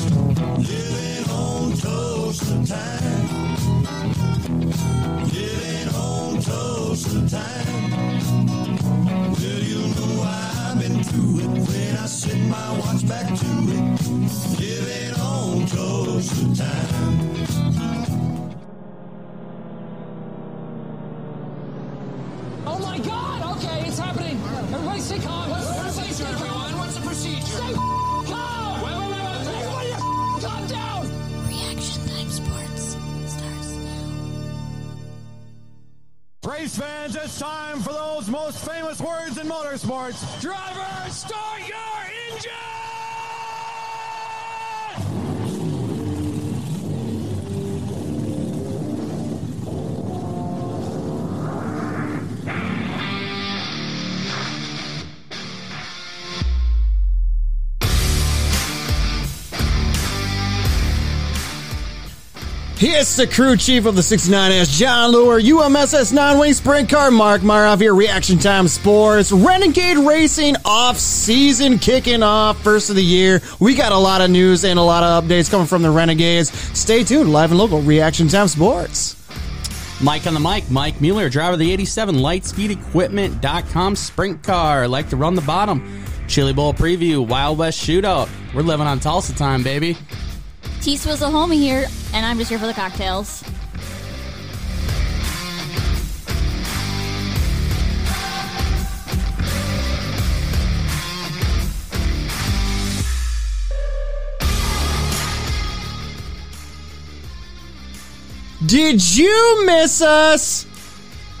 Living on toast time. Living on toast time. Well, you know I've been through it when I set my watch back to it. Living on toast time. Oh my God! Okay, it's happening. Everybody, stay calm. What's the procedure, everyone? What's the procedure? Stay calm. Wait, wait, wait, wait. Everybody, calm down. Reaction Time Sports starts now. Race fans, it's time for those most famous words in motorsports. Driver, start your engine. Here's the crew chief of the 69S, John Lure, UMSS 9 Wing Sprint Car, Mark Maroff here, Reaction Time Sports, Renegade Racing off season kicking off, first of the year. We got a lot of news and a lot of updates coming from the Renegades. Stay tuned, live and local, Reaction Time Sports. Mike on the mic, Mike Mueller, driver of the 87 lightspeedequipment.com sprint car. Like to run the bottom. Chili Bowl preview, Wild West shootout. We're living on Tulsa time, baby. T Swizzle Homie here, and I'm just here for the cocktails. Did you miss us?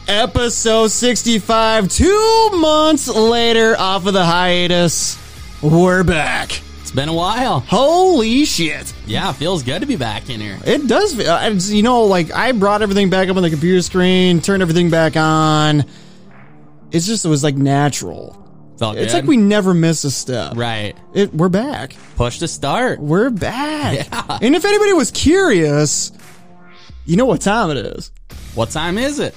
Episode 65, two months later, off of the hiatus, we're back. It's been a while. Holy shit. Yeah, feels good to be back in here. It does, uh, it's- you know, like I brought everything back up on the computer screen, turned everything back on. It's just, it was like natural. Felt It's good. like we never miss a step. right It, we're back. push to start. We're back. And if anybody was curious, you know what time it is. What time is it?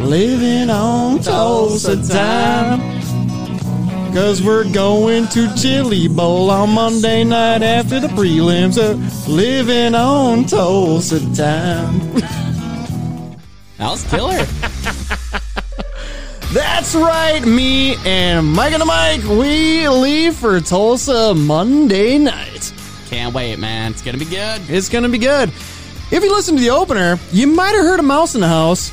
Living on Tulsa time. Cause we're going to Chili Bowl on Monday night after the prelims. Uh, living on Tulsa time. That was killer. That's right, me and Mike and the Mike, we leave for Tulsa Monday night. Can't wait, man. It's gonna be good. It's gonna be good. If you listen to the opener, you might have heard a mouse in the house.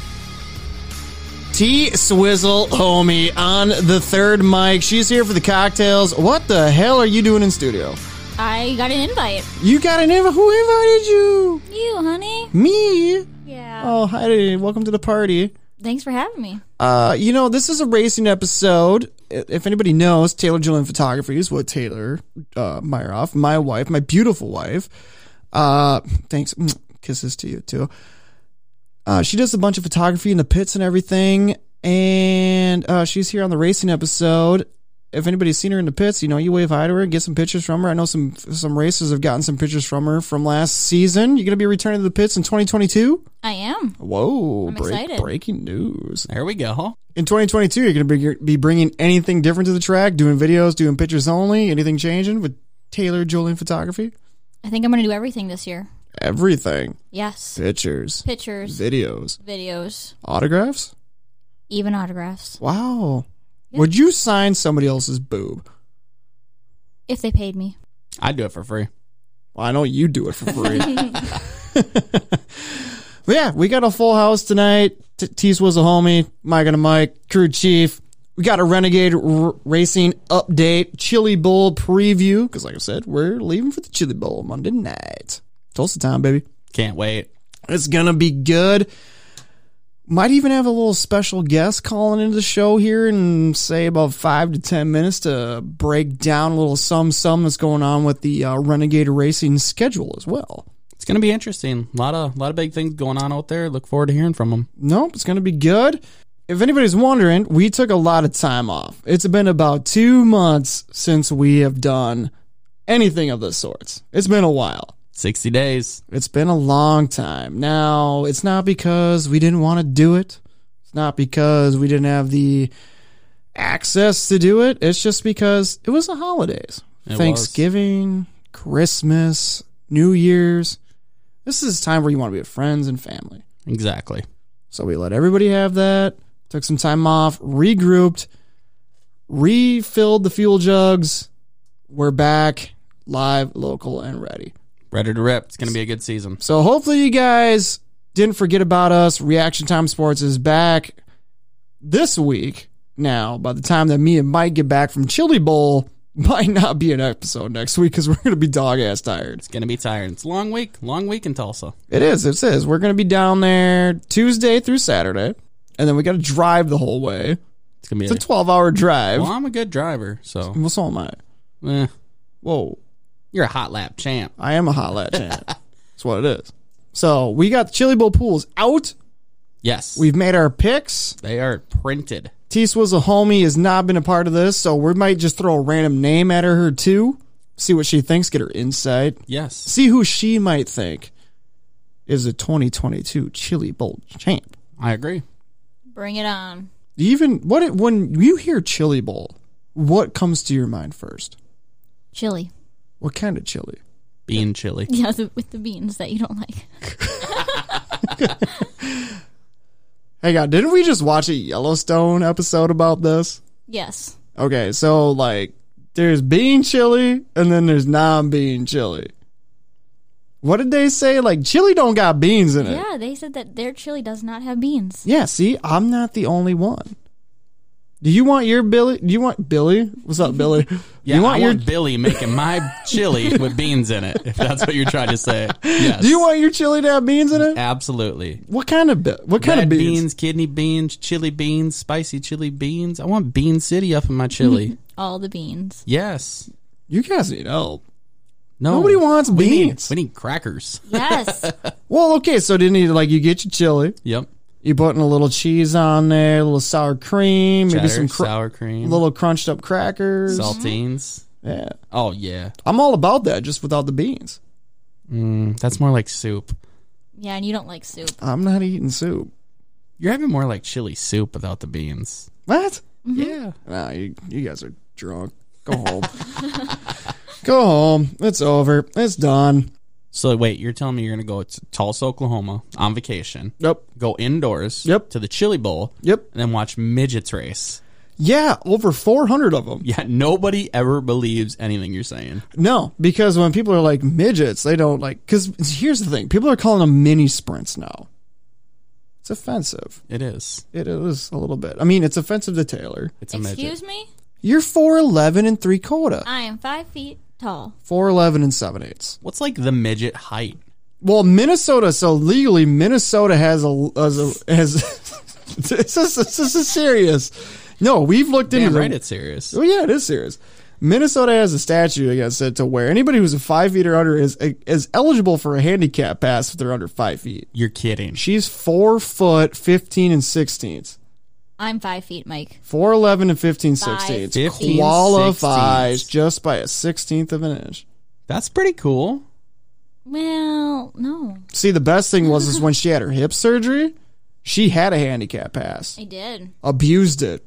T Swizzle homie on the third mic. She's here for the cocktails. What the hell are you doing in studio? I got an invite. You got an invite? Who invited you? You, honey? Me? Yeah. Oh, hi. Welcome to the party. Thanks for having me. Uh, you know, this is a racing episode. I- If anybody knows, Taylor Gillian Photography is what Taylor uh, Myeroff, my wife, my beautiful wife. Uh, thanks. Kisses to you too. Uh, she does a bunch of photography in the pits and everything, and uh, she's here on the racing episode. If anybody's seen her in the pits, you know, you wave hi to her, get some pictures from her. I know some some racers have gotten some pictures from her from last season. You're gonna be returning to the pits in 2022. I am. Whoa! I'm break- excited. Breaking news There we go. in 2022 you're going to be bringing anything different to the track doing videos doing pictures only anything changing with taylor julian photography I think I'm going to do everything this year. everything Yes. pictures Pictures, videos videos, autographs even autographs. wow would you sign somebody else's boob If they paid me. I'd do it for free. well, i know you do it for free But yeah, we got a full house tonight. T- Tease was a homie. Mike and a Mike, crew chief. We got a Renegade r- Racing update, Chili Bowl preview. Because, like I said, we're leaving for the Chili Bowl Monday night. Tulsa time, baby. Can't wait. It's going to be good. Might even have a little special guest calling into the show here in, say, about five to 10 minutes to break down a little sum sum that's going on with the uh, Renegade Racing schedule as well. It's gonna be interesting. A lot of lot of big things going on out there. Look forward to hearing from them. Nope, it's going to be good. If anybody's wondering, we took a lot of time off. It's been about two months since we have done anything of this sort. It's been a while. Sixty days. It's been a long time. Now, it's not because we didn't want to do it. It's not because we didn't have the access to do it. It's just because it was the holidays. It Thanksgiving, Christmas, New Year's. This is a time where you want to be with friends and family. Exactly. So we let everybody have that, took some time off, regrouped, refilled the fuel jugs. We're back live, local, and ready. Ready to rip. It's going to be a good season. So hopefully you guys didn't forget about us. Reaction Time Sports is back this week. Now, by the time that me and Mike get back from Chili Bowl, might not be an episode next week because we're going to be dog ass tired. It's going to be tiring. It's a long week. Long week in Tulsa. It is. It says we're going to be down there Tuesday through Saturday, and then we got to drive the whole way. It's going to be It's a twelve-hour drive. Well, I'm a good driver, so Well, so am I. eh, Whoa, you're a hot lap champ. I am a hot lad champ. That's what it is. So we got the Chili Bowl pools out. Yes, We've made our picks. they are printed. T Swizzle a homie has not been a part of this, so we might just throw a random name at her too. See what she thinks, get her insight. Yes, See who she might think is a 2022 Chili Bowl champ. I agree. Bring it on. Even what it, when you hear Chili Bowl, what comes to your mind first? Chili. What kind of chili? Being chilly. Yeah, the, with the beans that you don't like. Hang on, didn't we just watch a Yellowstone episode about this? Yes. Okay, so like there's bean chili and then there's non-bean chili. What did they say? Like chili don't got beans Uh, in it. Yeah, they said that their chili does not have beans. Yeah, see, I'm not the only one. Do you want your Billy? Do you want Billy? What's up, Billy? Yeah, you want I your want Billy making my chili with beans in it. If that's what you're trying to say. Yes. Do you want your chili to have beans in it? Absolutely. What kind of bi- what kind Red of beans? beans? kidney beans, chili beans, spicy chili beans. I want Bean City up in my chili. Mm-hmm. All the beans. yes. You guys need help. No. Nobody wants We need- beans. We need crackers. Yes. Well, okay, so didn't you like you get your chili, Yep. you putting a little cheese on there, a little sour cream, Cheddar, maybe some cr- sour cream, little Mm-hmm. crunched up crackers. saltines. Yeah. Oh yeah, I'm all about that, just without the beans. Mm, that's more like soup. yeah, and you don't like soup. I'm not eating soup. You're having more like chili soup without the beans. What? Yeah. Nah, you, you guys are drunk. Go home. go home. It's over. It's done. So wait, you're telling me you're gonna go to Tulsa, Oklahoma, on vacation, Yep. go indoors, Yep. to the Chili Bowl, Yep. and then watch midgets race. Yeah, over 400 of them. Yeah, nobody ever believes anything you're saying. No, because when people are like midgets, they don't like. Because here's the thing people are calling them mini sprints now. It's offensive. It is. It is a little bit. I mean, it's offensive to Taylor. It's a midget. Excuse me? You're 4'11 and 3 quarter, I am five feet tall. 4'11 and 7 eighths. What's like the midget height? Well, Minnesota. So legally, Minnesota has a has a, has. this is this is serious. No, we've looked into Damn the- right, it's serious. Oh yeah, it is serious. Minnesota has a statute against it to where anybody who's a five feet or under is is eligible for a handicap pass if they're under five feet. You're kidding. She's four foot fifteen and sixteenths. I'm five feet, Mike. Four eleven and fifteen sixteenths. 15 Qualifies sixteenths. just by a sixteenth of an inch. That's pretty cool. Well, no. See, the best thing was is when she had her hip surgery, she had a handicap pass. I did. abused it.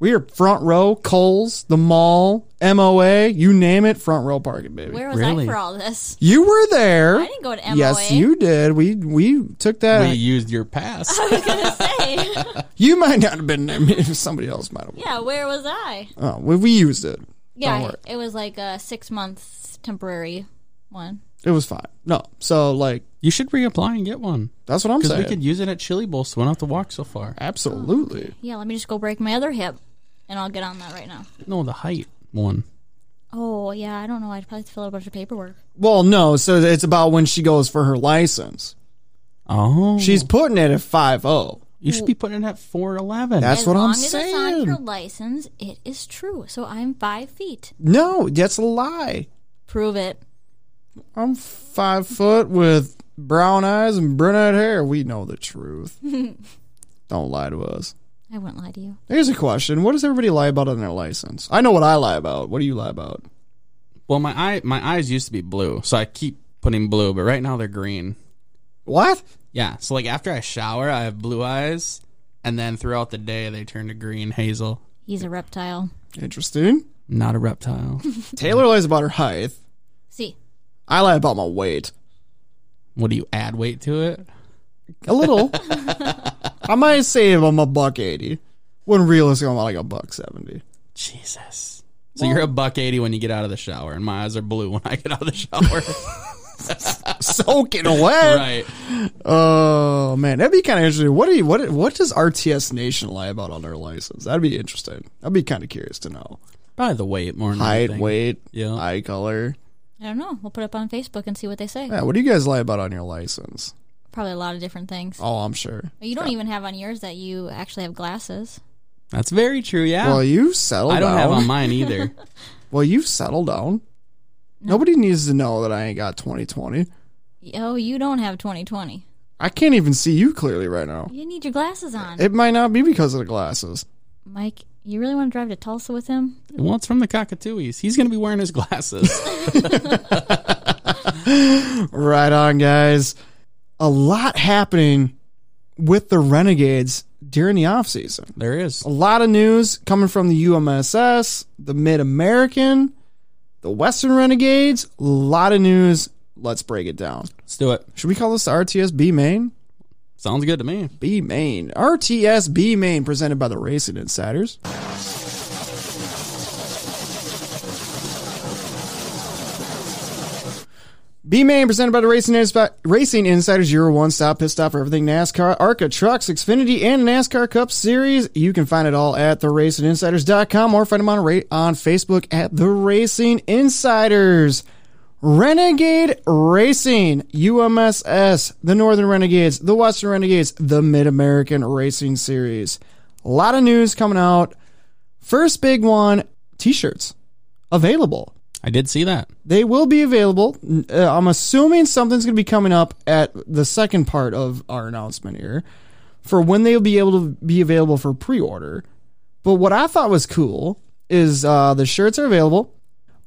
We are front row, Coles, the mall, MOA, you name it, front row parking, baby. Where was Really? I for all this? you were there. I didn't go to MOA. Yes, you did. We we took that. We used your pass. I was gonna say. you might not have been there. Maybe Somebody else might have. yeah, where was I? Oh, we, we used it. Yeah, worry. it was like a six month temporary one. It was fine. No, so like you should reapply and get one that's what I'm because saying. we could use it at Chili Bowl, so we don't have to walk so far. Absolutely. Yeah, let me just go break my other hip, and I'll get on that right now. No, the height one. Oh yeah, I don't know. I'd probably have to fill out a bunch of paperwork. Well, no. So it's about when she goes for her license. Oh, She's Mm. putting it at five zero. you should be putting it at four eleven. That's as what long I'm as saying. it's on your license, it is true. So I'm five feet. no, that's a lie. Prove it. I'm five foot with brown eyes and brunette hair. We know the truth. Don't lie to us. I wouldn't lie to you. Here's a question. What does everybody lie about on their license? I know what I lie about. What do you lie about? Well, my eye, my eyes used to be blue, so I keep putting blue, but right now they're green. What? Yeah, so like after I shower, I have blue eyes, and then throughout the day they turn to green hazel. He's a reptile. Interesting. Not a reptile. Taylor lies about her height. See, I lie about my weight. what do you add weight to it? A little. I might say if I'm a buck eighty. When realistically I'm like a buck seventy. Jesus. So you're a buck eighty when you get out of the shower, and my eyes are blue when I get out of the shower. Soaking away. right. Oh man, that'd be kind of interesting. What do you, what what does RTS Nation lie about on their license? That'd be interesting. I'd be kind of curious to know. Probably the weight more than Height, anything. weight, Yeah. eye color. I don't know. We'll put it up on Facebook and see what they say. Yeah, what do you guys lie about on your license? Probably a lot of different things. Oh, I'm sure. You don't even have on yours that you actually have glasses. That's very true, yeah. Well, you settle I don't down. have on mine either. well, you settle down. Nobody needs to know that I ain't got 2020. Oh, you don't have 2020. I can't even see you clearly right now. You need your glasses on. It might not be because of the glasses. Mike, you really want to drive to Tulsa with him? well, it's from the cockatooies. He's gonna be wearing his glasses. Right on, guys. A lot happening with the Renegades during the off season. there is. a lot of news coming from the UMSS, the Mid American, the Western Renegades. A lot of news. Let's break it down. Let's do it. Should we call this the RTSB Main? Sounds good to me. B Main. RTSB Main presented by the Racing Insiders. B Main presented by the Racing, Inspi- Racing Insiders, your one stop pit stop for everything NASCAR, ARCA Trucks, Xfinity, and NASCAR Cup Series. You can find it all at theracinginsiders.com or find them on, ra- on Facebook at The Racing Insiders. Renegade Racing, UMSS, the Northern Renegades, the Western Renegades, the Mid American Racing Series. A lot of news coming out. First big one t shirts available. I did see that. They will be available. N- uh, I'm assuming something's going to be coming up at the second part of our announcement here for when they'll be able to be available for pre order. But what I thought was cool is uh, the shirts are available.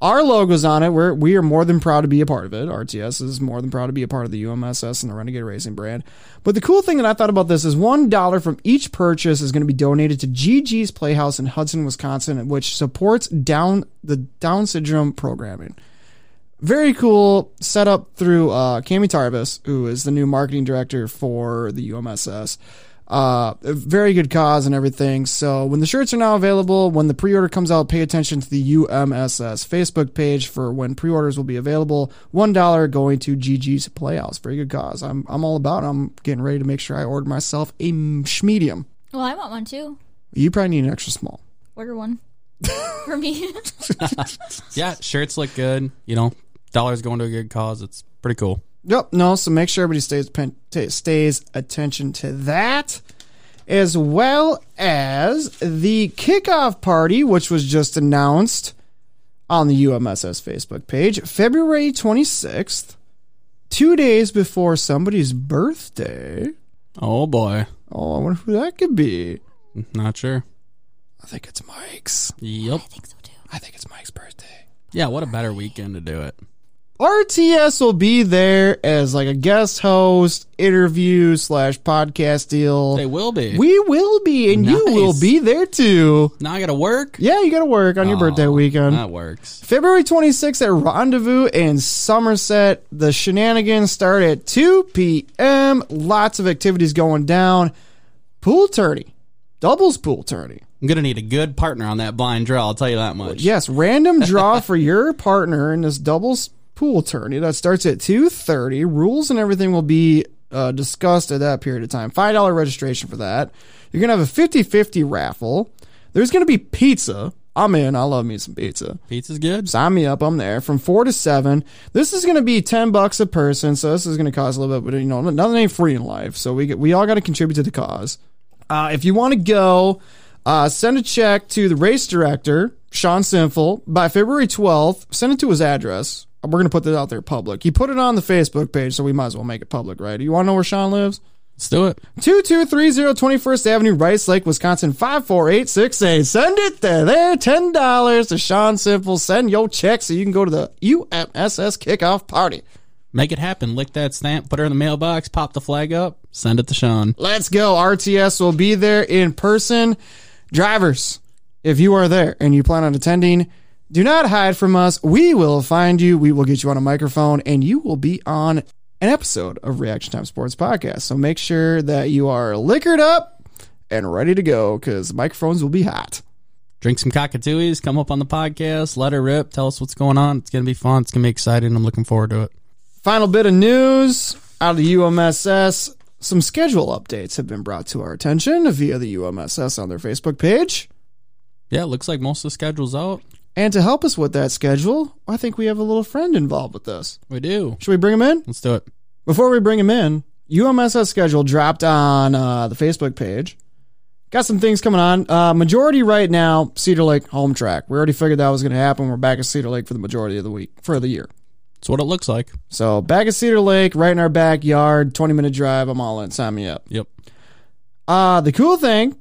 Our logo's on it. We're, we are more than proud to be a part of it. RTS is more than proud to be a part of the UMSS and the Renegade Racing brand. But the cool thing that I thought about this is $1 from each purchase is going to be donated to GG's Playhouse in Hudson, Wisconsin, which supports down the Down syndrome programming very cool setup through uh, Cami Tarvis, who is the new marketing director for the UMSS. Uh, a very good cause and everything. So when the shirts are now available, when the pre-order comes out, pay attention to the UMSS Facebook page for when pre-orders will be available. One dollar going to GG's Playhouse. Very good cause. I'm I'm all about. It. I'm getting ready to make sure I order myself a m- medium. Well, I want one too. You probably need an extra small. Order one for me. Yeah, shirts look good. You know, dollars going to a good cause. It's pretty cool. Yep. No. So make sure everybody stays pen, t- stays attention to that, as well as the kickoff party, which was just announced on the UMSS Facebook page, February twenty sixth, two days before somebody's birthday. Oh boy. Oh, I wonder who that could be. Not sure. I think it's Mike's. Yep. think so too. I think it's Mike's birthday. Yeah, what a better weekend to do it. RTS will be there as like a guest host, interview slash podcast deal. They will be. We will be, and you Nice. will be there too. now I gotta work. Yeah, you got to work on your birthday weekend. That works. February 26th at Rendezvous in Somerset. The shenanigans start at 2 p.m. Lots of activities going down. Pool tourney, doubles pool tourney. I'm gonna need a good partner on that blind draw, I'll tell you that much. Yes, random draw for your partner in this doubles pool tourney that starts at 2.30. Rules and everything will be uh, discussed at that period of time. $5 registration for that. You're going to have a 50-50 raffle. There's going to be pizza. I'm in. I love me some pizza. Pizza's good. Sign me up. I'm there from four to seven. This is going to be ten bucks a person, so this is going to cost a little bit. But you know, nothing ain't free in life, so we get, we all got to contribute to the cause. Uh, if you want to go, uh, send a check to the race director Sean Sinful by February 12th. Send it to his address. We're going to put that out there public. He put it on the Facebook page, so we might as well make it public, right? You want to know where Sean lives? Let's do it. 2230 21st Avenue, Rice Lake, Wisconsin, 54868. Send it there. There, $10 to Sean Simple. Send your check so you can go to the UMSS kickoff party. Make it happen. Lick that stamp, put her in the mailbox, pop the flag up, send it to Sean. Let's go. RTS will be there in person. Drivers, If you are there and you plan on attending, do not hide from us. We will find you. We will get you on a microphone and you will be on an episode of Reaction Time Sports Podcast. So make sure that you are liquored up and ready to go because microphones will be hot. Drink some cockatooies, come up on the podcast, let her rip, tell us what's going on. It's going to be fun. It's going to be exciting. I'm looking forward to it. Final bit of news out of the UMSS. Some schedule updates have been brought to our attention via the UMSS on their Facebook page. Yeah, it looks like most of the schedule's out. And to help us with that schedule, I think we have a little friend involved with this. We do. Should we bring him in? Let's do it. Before we bring him in, UMSS schedule dropped on uh, the Facebook page. Got some things coming on. Uh, majority right now, Cedar Lake home track. We already figured that was going to happen. We're back at Cedar Lake for the majority of the week, for the year. It's what it looks like. So back at Cedar Lake, right in our backyard, 20 minute drive. I'm all in. Sign me up. Yep. Uh, the cool thing,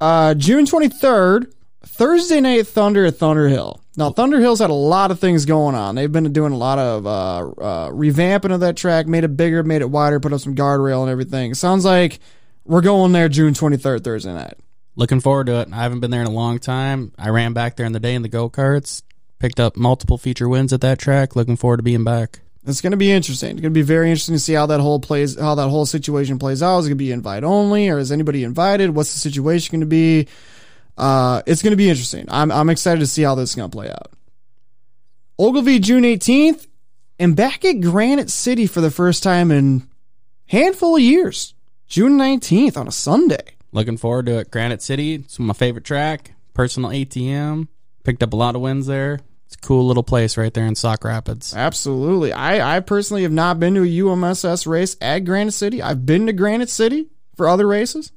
uh, June 23rd, Thursday night Thunder at Thunder Hill. Now, Thunder Hill's had a lot of things going on. They've been doing a lot of uh, uh, revamping of that track, made it bigger, made it wider, put up some guardrail and everything. Sounds like we're going there June 23rd, Thursday night. Looking forward to it. I haven't been there in a long time. I ran back there in the day in the go karts, picked up multiple feature wins at that track. Looking forward to being back. It's going to be interesting. It's going to be very interesting to see how that whole plays, how that whole situation plays out. Is it going to be invite only, or is anybody invited? What's the situation going to be? Uh, it's going to be interesting. I'm I'm excited to see how this is going to play out. Ogilvy, June 18th, and back at Granite City for the first time in handful of years. June 19th on a Sunday. Looking forward to it. Granite City, it's my favorite track. Personal ATM. Picked up a lot of wins there. It's a cool little place right there in Sauk Rapids. Absolutely. I, I personally have not been to a UMSS race at Granite City. I've been to Granite City for other races.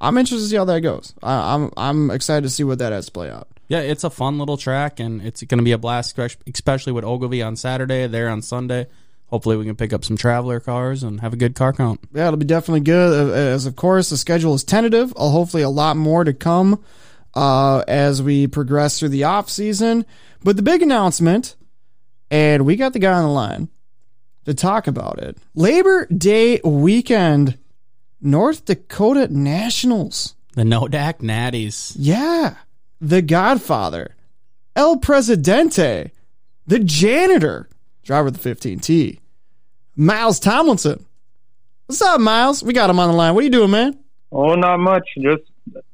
I'm interested to see how that goes. I, I'm I'm excited to see what that has to play out. Yeah, it's a fun little track, and it's going to be a blast, espec- especially with Ogilvy on Saturday, there on Sunday. Hopefully, we can pick up some traveler cars and have a good car count. Yeah, it'll be definitely good. uh, As of course, the schedule is tentative. Uh, hopefully, a lot more to come uh, as we progress through the off season. But the big announcement, and we got the guy on the line to talk about it. Labor Day weekend, North Dakota Nationals. The Nodak Natties. Yeah. The Godfather. El Presidente. The Janitor. Driver of the 15T. Miles Tomlinson. What's up, Miles? We got him on the line. What are you doing, man? Oh, not much. Just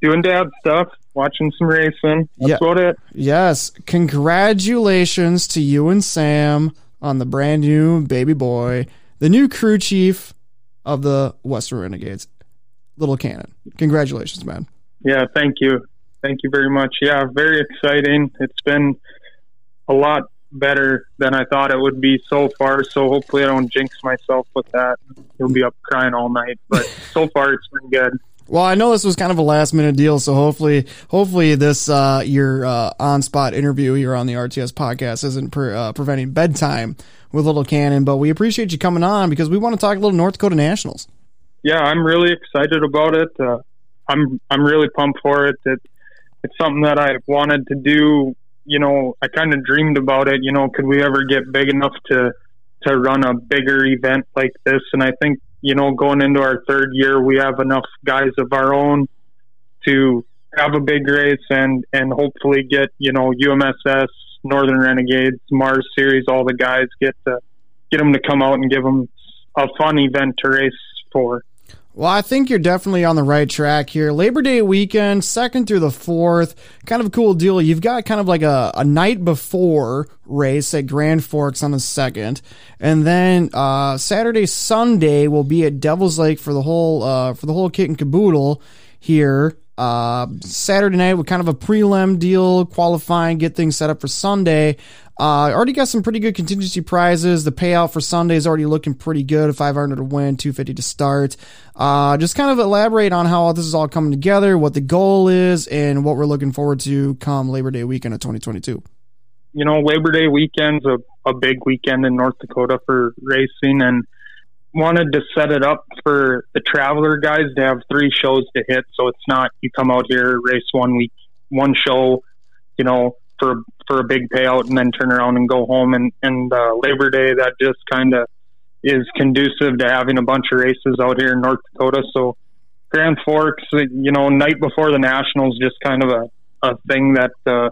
doing dad stuff, watching some racing. That's Yeah. about it. Yes. Congratulations to you and Sam on the brand new baby boy, the new crew chief of the Western Renegades, Little Cannon. Congratulations, man. Yeah, thank you. Thank you very much. Yeah, very exciting. It's been a lot better than I thought it would be so far. So hopefully I don't jinx myself with that. You'll be up crying all night. But so far it's been good. Well, I know this was kind of a last minute deal, so hopefully, hopefully this uh, your uh, on spot interview here on the RTS podcast isn't pre- uh, preventing bedtime with Little Cannon. But we appreciate you coming on because we want to talk a little North Dakota Nationals. yeah, I'm really excited about it. Uh, I'm I'm really pumped for it. It it's something that I wanted to do. You know, I kind of dreamed about it. You know, could we ever get big enough to to run a bigger event like this? And I think you know, going into our third year, we have enough guys of our own to have a big race and and hopefully get you know UMSS, Northern Renegades, Mars Series, all the guys get to get them to come out and give them a fun event to race for. Well, I think you're definitely on the right track here. Labor Day weekend, second through the fourth, kind of a cool deal. You've got kind of like a, a night before race at Grand Forks on the second, and then uh, Saturday, Sunday will be at Devil's Lake for the whole uh, for the whole kit and caboodle here. Uh, Saturday night with kind of a prelim deal, qualifying, get things set up for Sunday. Uh, already got some pretty good contingency prizes. The payout for Sunday is already looking pretty good. 500 to win, 250 to start. Uh, just kind of elaborate on how this is all coming together, what the goal is, and what we're looking forward to come Labor Day weekend of 2022. you know, Labor Day weekend's a, a big weekend in North Dakota for racing and wanted to set it up for the traveler guys to have three shows to hit. So it's not you come out here, race one week, one show, you know, for, for a big payout and then turn around and go home. And, and uh, Labor Day, that just kind of is conducive to having a bunch of races out here in North Dakota. So Grand Forks, you know, night before the Nationals, just kind of a, a thing that uh,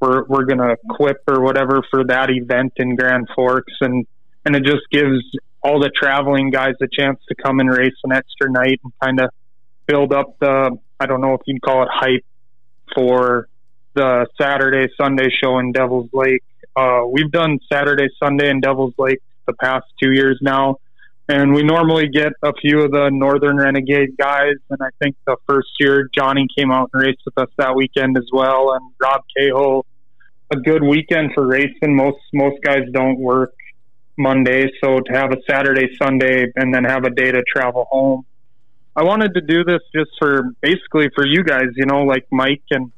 we're we're gonna equip or whatever for that event in Grand Forks, and and it just gives all the traveling guys a chance to come and race an extra night and kind of build up the I don't know if you'd call it hype for the Saturday Sunday show in Devil's Lake. Uh, we've done Saturday Sunday in Devil's Lake the past two years now, and we normally get a few of the Northern Renegade guys. And I think the first year Johnny came out and raced with us that weekend as well, and Rob Cahill. A good weekend for racing. Most most guys don't work Monday, so to have a Saturday Sunday and then have a day to travel home I wanted to do this just for basically for you guys, you know, like Mike and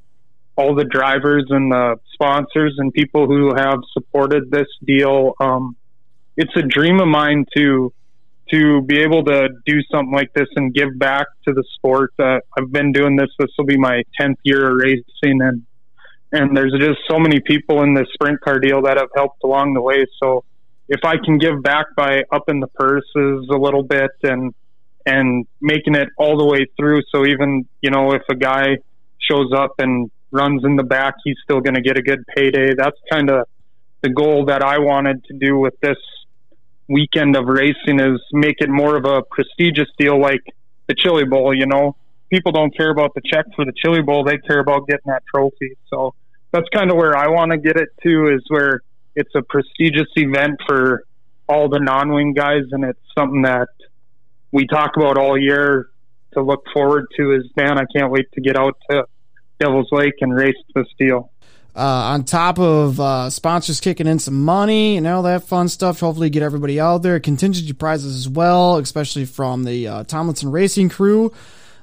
all the drivers and the sponsors and people who have supported this deal. Um, it's a dream of mine to to be able to do something like this and give back to the sport. Uh, I've been doing this. This will be my tenth year of racing, and and there's just so many people in the sprint car deal that have helped along the way. So if I can give back by upping the purses a little bit and and making it all the way through. So even you know if a guy shows up and runs in the back, he's still going to get a good payday. That's kind of the goal that I wanted to do with this weekend of racing is make it more of a prestigious deal, like the Chili Bowl. You know, people don't care about the check for the Chili Bowl; they care about getting that trophy. So that's kind of where I want to get it to is where it's a prestigious event for all the non-wing guys, and it's something that we talk about all year to look forward to is man, I can't wait to get out to Devil's Lake and race this deal. uh, on top of uh, sponsors kicking in some money and all that fun stuff. Hopefully, get everybody out there. Contingency prizes as well, especially from the uh, Tomlinson Racing crew,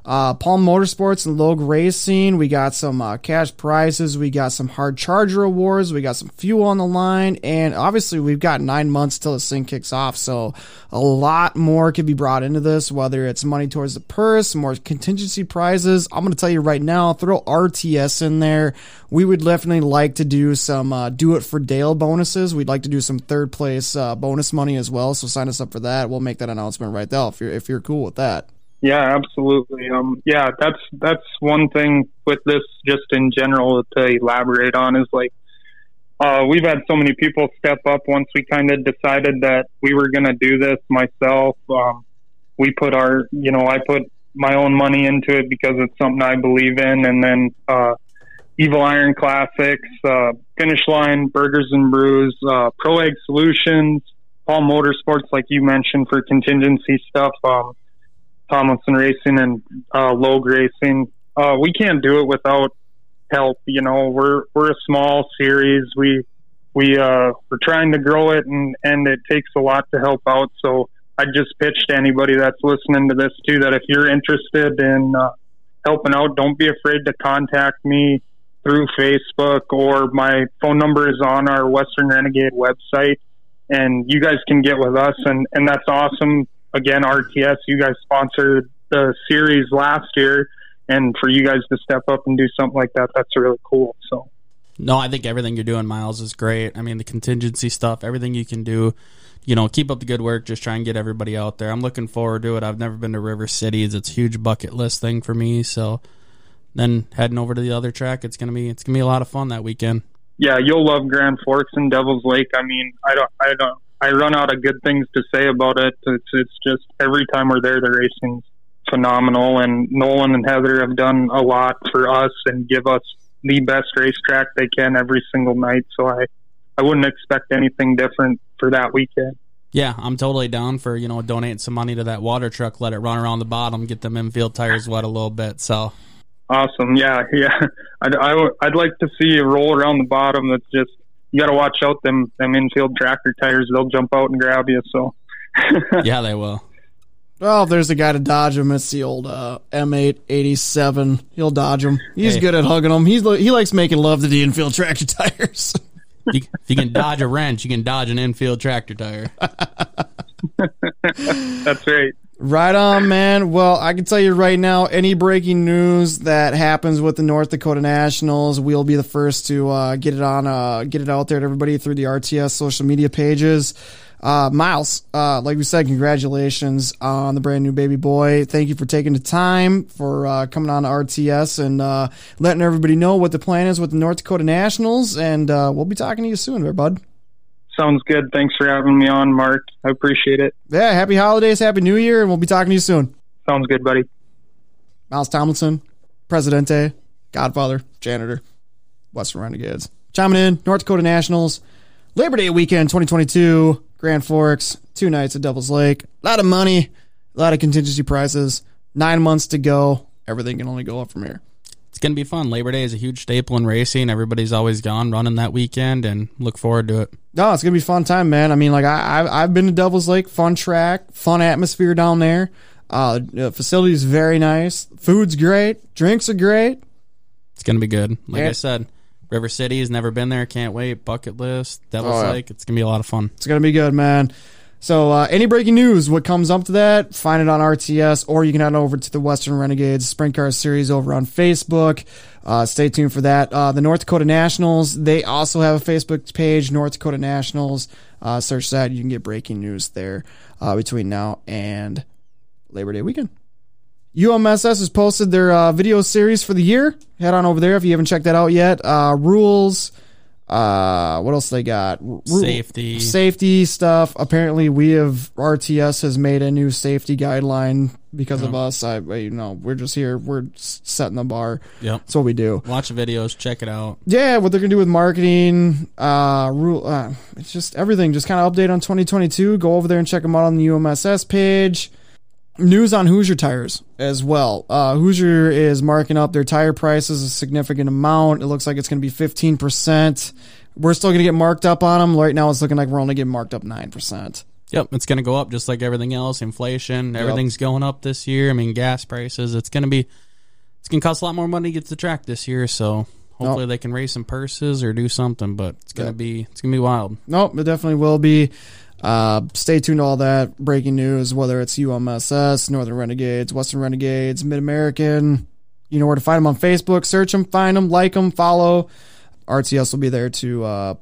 uh, Palm Motorsports, and Logue Racing. We got some uh, cash prizes. We got some hard charger awards. We got some fuel on the line, and obviously, we've got nine months till this thing kicks off. So, a lot more could be brought into this. Whether it's money towards the purse, more contingency prizes. I'm going to tell you right now, throw RTS in there. We would definitely like to do some uh, do it for Dale bonuses. We'd like to do some third place uh, bonus money as well. So sign us up for that. We'll make that announcement right now if you're if you're cool with that. Yeah, absolutely. Um, yeah, that's that's one thing with this, just in general, to elaborate on is like uh, we've had so many people step up. Once we kind of decided that we were going to do this, myself, um, we put our, you know, I put my own money into it because it's something I believe in, and then uh, Evil Iron Classics, uh, Finish Line, Burgers and Brews, uh, Pro Egg Solutions, Paul Motorsports, like you mentioned, for contingency stuff. Um, Tomlinson Racing and uh, Logue Racing. Uh, we can't do it without help. You know, we're we're a small series. We we uh, we're trying to grow it, and and it takes a lot to help out. So I just pitch to anybody that's listening to this too that if you're interested in uh, helping out, don't be afraid to contact me through Facebook or my phone number is on our Western Renegade website and you guys can get with us and and that's awesome again rts you guys sponsored the series last year and for you guys to step up and do something like that that's really cool so No, I think everything you're doing, Miles, is great. I mean, the contingency stuff, everything you can do, you know, keep up the good work. Just try and get everybody out there. I'm looking forward to it. I've never been to River Cities. It's a huge bucket list thing for me. So then heading over to the other track, it's gonna be it's gonna be a lot of fun that weekend. yeah you'll love grand forks and devil's lake i mean i don't i don't i run out of good things to say about it it's it's just every time we're there the racing's phenomenal and nolan and heather have done a lot for us and give us the best racetrack they can every single night so i i wouldn't expect anything different for that weekend Yeah, I'm totally down for you know donating some money to that water truck, let it run around the bottom, get them infield tires wet a little bit. So Awesome. Yeah, yeah. I'd, I would, I'd like to see a roll around the bottom. That's just you got to watch out them them infield tractor tires. They'll jump out and grab you. So yeah, they will. Well, if there's a guy to dodge him, it's the old uh, M887. He'll dodge him. He's Hey. good at hugging him. He's li- he likes making love to the infield tractor tires. You, if you can dodge a wrench, you can dodge an infield tractor tire. that's right. Right on, man. Well, I can tell you right now, any breaking news that happens with the North Dakota Nationals, we'll be the first to uh, get it on, uh, get it out there to everybody through the RTS social media pages. Uh, Miles, uh, like we said, congratulations on the brand new baby boy. Thank you for taking the time for uh, coming on to RTS and uh, letting everybody know what the plan is with the North Dakota Nationals. And uh, we'll be talking to you soon, there, bud. Sounds good. Thanks for having me on, Mark. I appreciate it. Yeah, happy holidays, happy new year, and we'll be talking to you soon. Sounds good, buddy. Miles Tomlinson, Presidente, Godfather, Janitor, Western Renegades. Chiming in, North Dakota Nationals, Labor Day weekend 2022, Grand Forks, two nights at Devil's Lake. A lot of money, a lot of contingency prizes, nine months to go. Everything can only go up from here. It's going to be fun. Labor Day is a huge staple in racing. Everybody's always gone running that weekend and look forward to it. No, it's gonna be a fun time, man. I mean, like I, I've, I've been to Devil's Lake, fun track, fun atmosphere down there. Uh, the facility is very nice. Food's great. Drinks are great. It's going to be good. Like Yeah. I said, River City has never been there. Can't wait. Bucket list, Devil's Oh, yeah. Lake. It's going to be a lot of fun. It's gonna be good, man. So, uh, any breaking news, what comes up to that, find it on RTS, or you can head over to the Western Renegades Sprint Car Series over on Facebook. Uh, stay tuned for that. Uh, the North Dakota Nationals, they also have a Facebook page, North Dakota Nationals. Uh, search that. You can get breaking news there uh, between now and Labor Day weekend. UMSS has posted their uh, video series for the year. Head on over there if you haven't checked that out yet. Uh, rules. Uh, what else they got? Ru- Safety. safety stuff. Apparently, we have RTS has made a new safety guideline because of us. I, I- you know, we're just here. We're s- setting the bar. Yep. That's what we do. Watch the videos. Check it out. Yeah, what they're gonna do with marketing, uh, rule, uh, it's just everything. Just kind of update on 2022. Go over there and check them out on the UMSS page. News on Hoosier tires as well. Uh, Hoosier is marking up their tire prices a significant amount. It looks like it's gonna be 15 percent. We're still gonna get marked up on them. Right now, it's looking like we're only getting marked up nine percent. Yep, it's going to go up just like everything else. Inflation, everything's going up this year. I mean, gas prices. It's going to be, it's going to cost a lot more money to get to the track this year. So hopefully they can raise some purses or do something. But it's going to Yeah. be, it's going to be wild. Nope, it definitely will be. Uh, stay tuned to all that breaking news, whether it's UMSS, Northern Renegades, Western Renegades, Mid American. You know where to find them on Facebook. Search them, find them, like them, follow. RTS will be there to uh,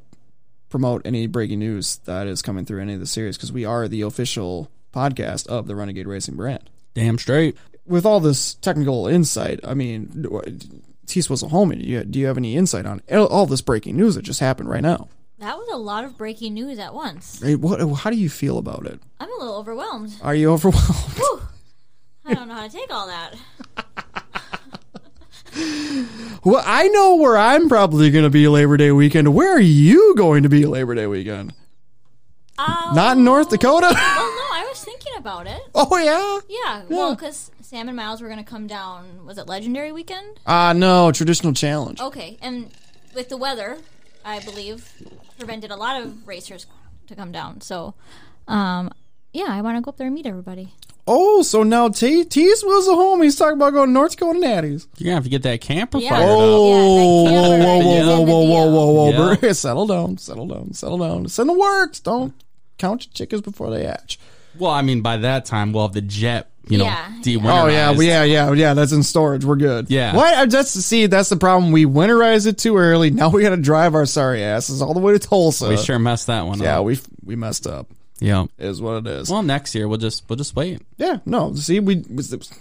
promote any breaking news that is coming through any of the series because we are the official podcast of the Renegade Racing brand Damn straight. with all this technical insight, I mean, T was a homie. Do you, do you have any insight on all this breaking news that just happened right now? That was a lot of breaking news at once. Hey, What? How do you feel about it? I'm a little overwhelmed. Are you overwhelmed? Whew. I don't know how to take all that. well, I know where I'm probably going to be Labor Day weekend. Where are you going to be Labor Day weekend? Um, Not in North Dakota? Well, no, I was thinking about it. oh, yeah. Yeah, well, because Sam and Miles were going to come down. Was it Legendary Weekend? Uh, no, traditional challenge. Okay, and with the weather, I believe prevented a lot of racers to come down. So, um, yeah, I want to go up there and meet everybody. Oh, so now T T's was a homie. He's talking about going to North Dakota Natties. You're going to have to get that camper Yeah. fired up. Oh, Yeah, whoa, whoa, whoa, like, yeah, right. whoa, Yeah. whoa, whoa, whoa, whoa, Yeah. bro. Settle down, settle down, settle down. It's in the works. Don't count your chickens before they hatch. Well, I mean, by that time, we'll have the jet, you know, Yeah. de-winterized. Oh yeah, well, yeah, yeah, yeah. That's in storage. We're good. Yeah. What? I- That's see. That's the problem. We winterize it too early. Now we got to drive our sorry asses all the way to Tulsa. We sure messed that one Yeah, up. we we messed up. Yeah. Is what it is. Well, next year, we'll just, we'll just wait. yeah. No. See, we was, it was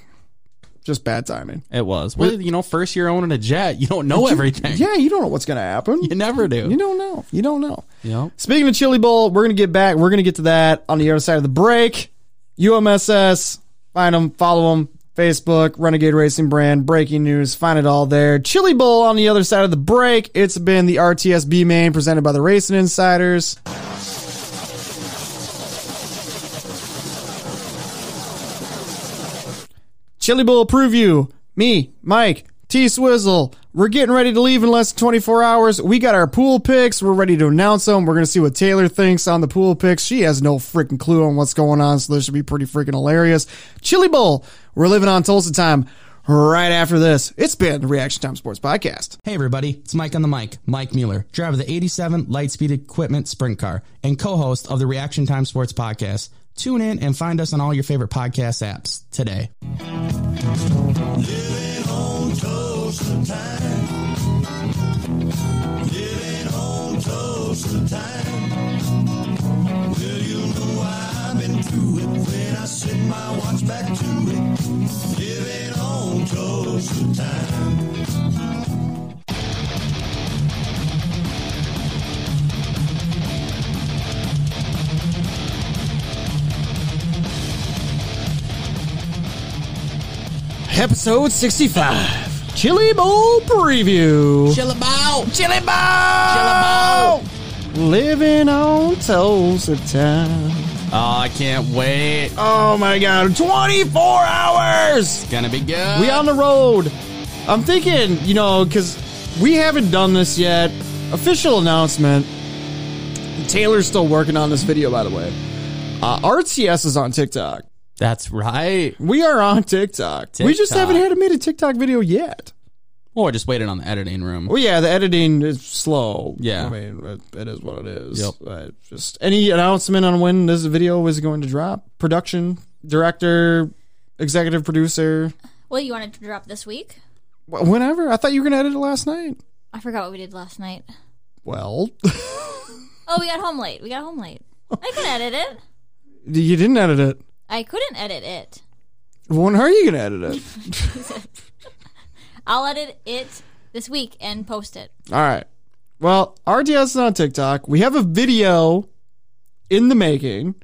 just bad timing. It was. Well, you know, first year owning a jet, you don't know everything. Yeah, you don't know what's gonna happen. You never do. You don't know. You don't know. Yep. Speaking of Chili Bowl, we're gonna get back. We're gonna get to that on the other side of the break. UMSS, find them, follow them. Facebook, Renegade Racing Brand, breaking news, find it all there. Chili Bowl on the other side of the break. It's been the RTSB main presented by the Racing Insiders. Chili Bowl preview. Me, Mike, T Swizzle. We're getting ready to leave in less than 24 hours. We got our pool picks. We're ready to announce them. We're going to see what Taylor thinks on the pool picks. She has no freaking clue on what's going on, so this should be pretty freaking hilarious. Chili Bowl. We're living on Tulsa time right after this. It's been the Reaction Time Sports Podcast. Hey everybody, it's Mike on the mic, Mike Mueller, driver of the 87 Lightspeed Equipment Sprint Car and co-host of the Reaction Time Sports Podcast. Tune in and find us on all your favorite podcast apps today. Living on Tulsa time. Living on Tulsa time. Will you do it when I send my watch back to it. Living on close to time. Episode 65 Chili Bowl Preview. Chill about. Chili Bowl! Living on Tulsa time. Oh, I can't wait. Oh my god, 24 hours! Gonna be good. We on the road. I'm thinking, you know, because we haven't done this yet. Official announcement. Taylor's still working on this video, by the way. Uh, RTS is on TikTok. That's right. We are on TikTok. We just TikTok. haven't had made a TikTok video yet. Well, we're just waiting on the editing room. Well, yeah, the editing is slow. Yeah. I mean, it- it is what it is. Yep. Uh, just any announcement on when this video is going to drop? Production director, executive producer, Well, you wanted to drop this week? wh- whenever. I thought you were going to edit it last night. I forgot what we did last night. Well, Oh, we got home late. We got home late. I can edit it. you didn't edit it. I couldn't edit it. When are you going to edit it? I'll edit it this week and post it. All right. Well, RTS is on TikTok. We have a video in the making.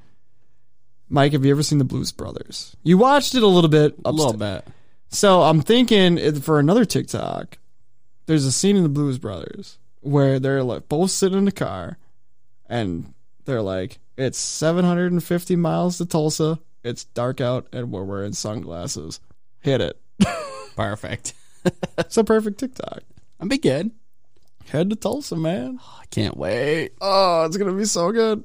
Mike, have you ever seen the Blues Brothers? You watched it a little bit. A little bit. So I'm thinking if- for another TikTok, there's a scene in the Blues Brothers where they're like both sitting in the car and they're like, it's 750 miles to Tulsa. It's dark out and we're wearing sunglasses. Hit it. Perfect. It's a perfect TikTok. I'll be good. Head to Tulsa, man. I can't wait. Oh, it's gonna be so good.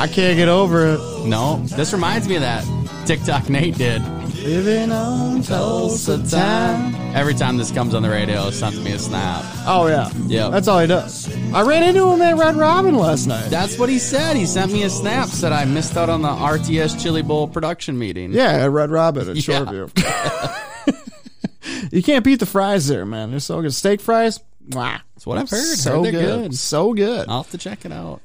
I can't get over it. No, this reminds me of that TikTok Nate did. Living on Tulsa time. Every time this comes on the radio, it sends me a snap. Oh yeah, Yeah. That's all he does. I ran into him at Red Robin last night. That's what he said. He sent me a snap, said I missed out on the RTS Chili Bowl production meeting. Yeah, at Red Robin at Yeah. Shoreview. you can't beat the fries there, man. They're so good. Steak fries. Wow. That's what I've heard. So Heard good. they're So good. I'll have to check it out.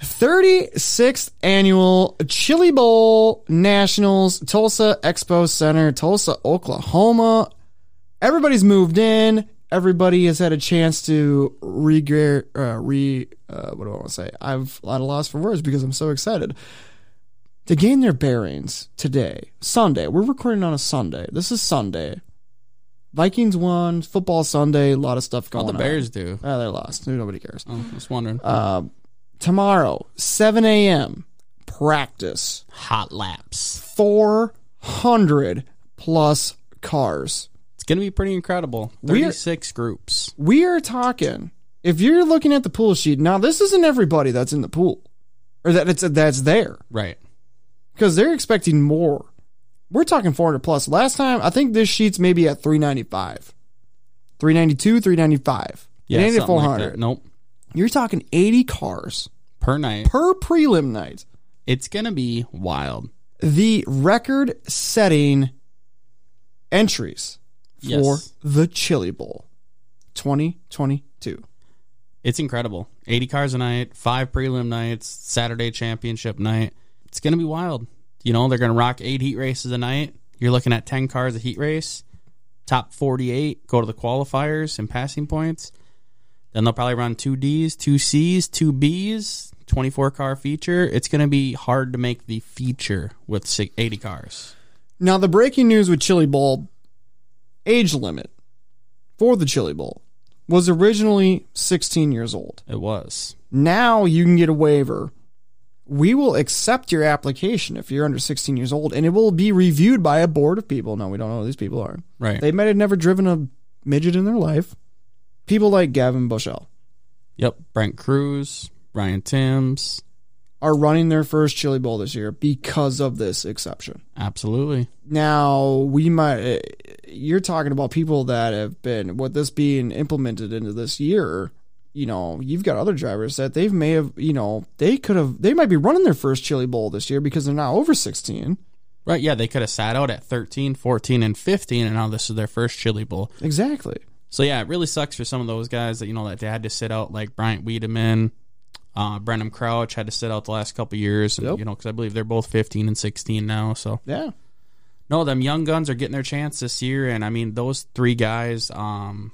36th annual Chili Bowl Nationals, Tulsa Expo Center, Tulsa, Oklahoma. Everybody's moved in. Everybody has had a chance to re, uh, re uh, what do I want to say? I've at a loss for words because I'm so excited. To gain their bearings today, Sunday, we're recording on a Sunday. This is Sunday. Vikings won, football Sunday, a lot of stuff going All Oh, the on. Bears do. Ah, they lost. Nobody cares Oh, I was wondering. Uh, tomorrow, 7 a.m., practice. Hot laps. 400 plus cars. It's gonna be pretty incredible. We're- Thirty-six groups. We are talking, if you're looking at the pool sheet, now this isn't everybody that's in the pool or that it's, that's there Right. because they're expecting more. We're talking 400 plus. Last time, I think this sheet's maybe at 395, 392, 395. it ain't at something like that. 400. Nope. You're talking 80 cars Per night. per prelim night. It's gonna be wild. the record setting entries for Yes. the Chili Bowl 2022. It's incredible. 80 cars a night, five prelim nights, Saturday championship night. It's going to be wild. You know, they're going to rock eight heat races a night. You're looking at 10 cars a heat race, top 48, go to the qualifiers and passing points. Then they'll probably run two Ds, two Cs, two Bs, 24 car feature. It's going to be hard to make the feature with si- 80 cars. Now, the breaking news with Chili Bowl age limit for the Chili Bowl was originally 16 years old. It was. Now you can get a waiver. We will accept your application if you're under 16 years old, and it will be reviewed by a board of people. No, we don't know who these people are. Right. They might have never driven a midget in their life. People like Gavin Bushell. yep. Brent Cruz, Ryan Timms. are running their first chili bowl this year because of this exception. Absolutely. Now, we might eh, you're talking about people that have been with this being implemented into this year, you know, you've got other drivers that they may have, you know, they could have they might be running their first chili bowl this year because they're now over 16. Right, yeah, they could have sat out at 13, 14, and 15, and now this is their first Chili Bowl. Exactly. So, yeah, it really sucks for some of those guys that, you know, that they had to sit out, like Bryant Wiedemann, Uh, Brendan Crouch had to sit out the last couple years, and, Yep. you know, because I believe they're both 15 and 16 now. So Yeah. no, them young guns are getting their chance this year, and I mean those three guys. Um,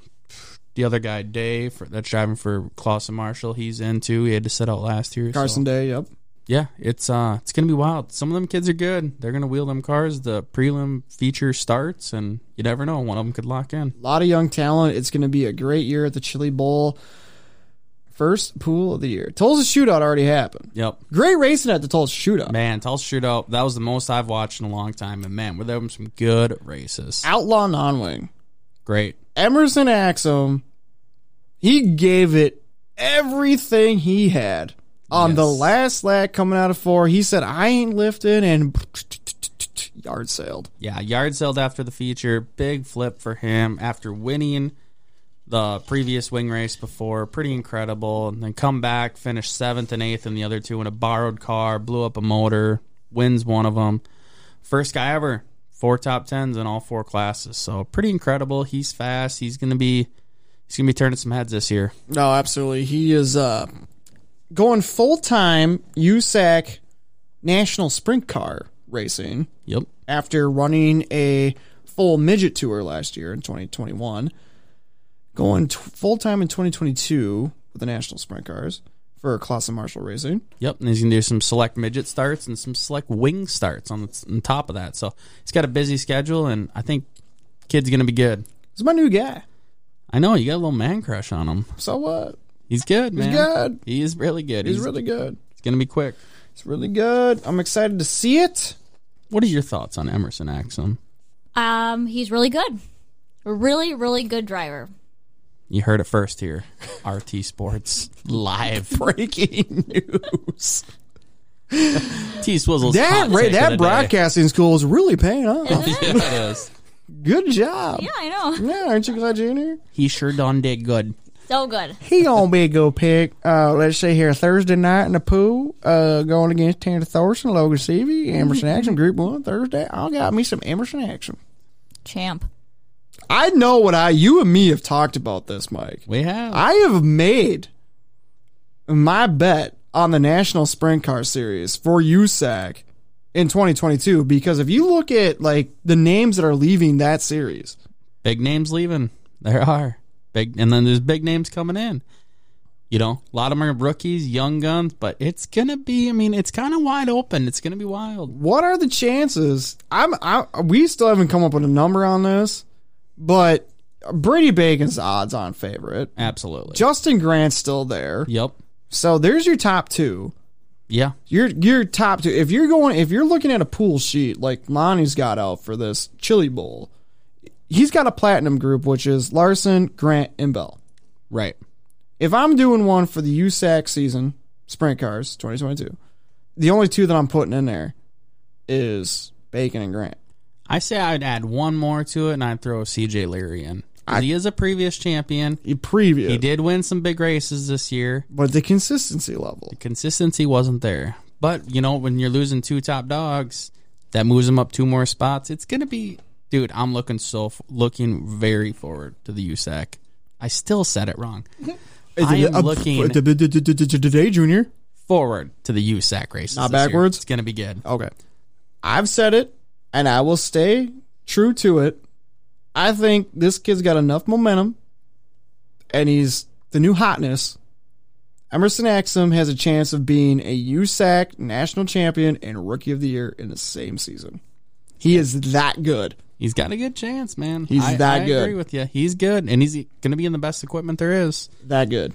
the other guy, Dave, for, that's driving for Clausen Marshall, he's in too. He had to sit out last year. so- Carson Day. Yep. yeah, it's uh, it's gonna be wild. Some of them kids are good. They're gonna wheel them cars. The prelim feature starts, and you never know, one of them could lock in. A lot of young talent. It's going to be a great year at the Chili Bowl. First pool of the year. Tulsa shootout already happened. Yep, Great racing at the Tulsa shootout. man, Tulsa shootout. That was the most I've watched in a long time, and man, were there some good races. Outlaw non-wing. Great. Emerson Axum, he gave it everything he had. On the Yes. last lap coming out of four, he said, I ain't lifting, and yard sailed. Yeah, yard sailed after the feature. Big flip for him after winning the previous wing race before. Pretty incredible. And then come back, finish seventh and eighth in the other two in a borrowed car, blew up a motor, wins one of them. First guy ever, four top tens in all four classes. So pretty incredible. He's fast. He's gonna be he's gonna be turning some heads this year. No, absolutely. He is uh, going full time USAC National Sprint Car Racing. Yep. after running a full midget tour last year in 2021, going t- full time in 2022 with the National Sprint Cars for Class and Marshall Racing. Yep, and he's gonna do some select midget starts and some select wing starts on, the, on top of that. So he's got a busy schedule, and I think kid's gonna be good. He's my new guy. I know you got a little man crush on him. So what? He's good, man. good. He is really good. He's really good. He's gonna be quick. He's really good. I'm excited to see it. What are your thoughts on Emerson Axum? Um, he's really good. A Really, really good driver. You heard it first here. RT Sports live. Breaking news. T Swizzle's That hot ra- take of the that day. broadcasting school is really paying off. Yeah, it is. Good job. Yeah, I know. Yeah, aren't you glad you're in here? He sure done did good. So good. He gonna be a good pick. Uh, let's see here, Thursday night in the pool, uh, going against Tanner Thorson, Logan Seavey, Emerson Action, Group One Thursday. I got me some Emerson Action. Champ. I know what I you and me have talked about this, Mike. We have I have made my bet on the National Sprint Car Series for USAC in 2022 because if you look at like the names that are leaving that series, big names leaving. There are big, and then there's big names coming in. You know, a lot of them are rookies, young guns, but it's gonna be. I mean, it's kind of wide open. It's gonna be wild. what are the chances? I'm I we still haven't come up with a number on this, but Brady Bacon's odds on favorite. Absolutely. Justin Grant's still there. yep. So there's your top two. Yeah. Your your top two. If you're going if you're looking at a pool sheet like Lonnie's got out for this Chili Bowl, he's got a platinum group, which is Larson, Grant, and Bell. Right. If I'm doing one for the USAC season, sprint cars 2022, the only two that I'm putting in there is Bacon and Grant. I say I'd add one more to it, and I'd throw CJ Leary in. 'Cause he is a previous champion. He previous. He did win some big races this year. But the consistency level. Consistency wasn't there, but you know when you're losing two top dogs, that moves him up two more spots. It's gonna be, dude. I'm looking so f- looking very forward to the USAC. I still said it wrong. I am looking today, Junior. forward to the USAC races. Not this year. backwards? It's gonna be good. Okay. I've said it, and I will stay true to it. I think this kid's got enough momentum, and he's the new hotness. Emerson Axum has a chance of being a USAC national champion and rookie of the year in the same season. He is that good. He's got a good chance, man. He's I, that I good. Agree with you. He's good, and he's gonna be in the best equipment there is. That good.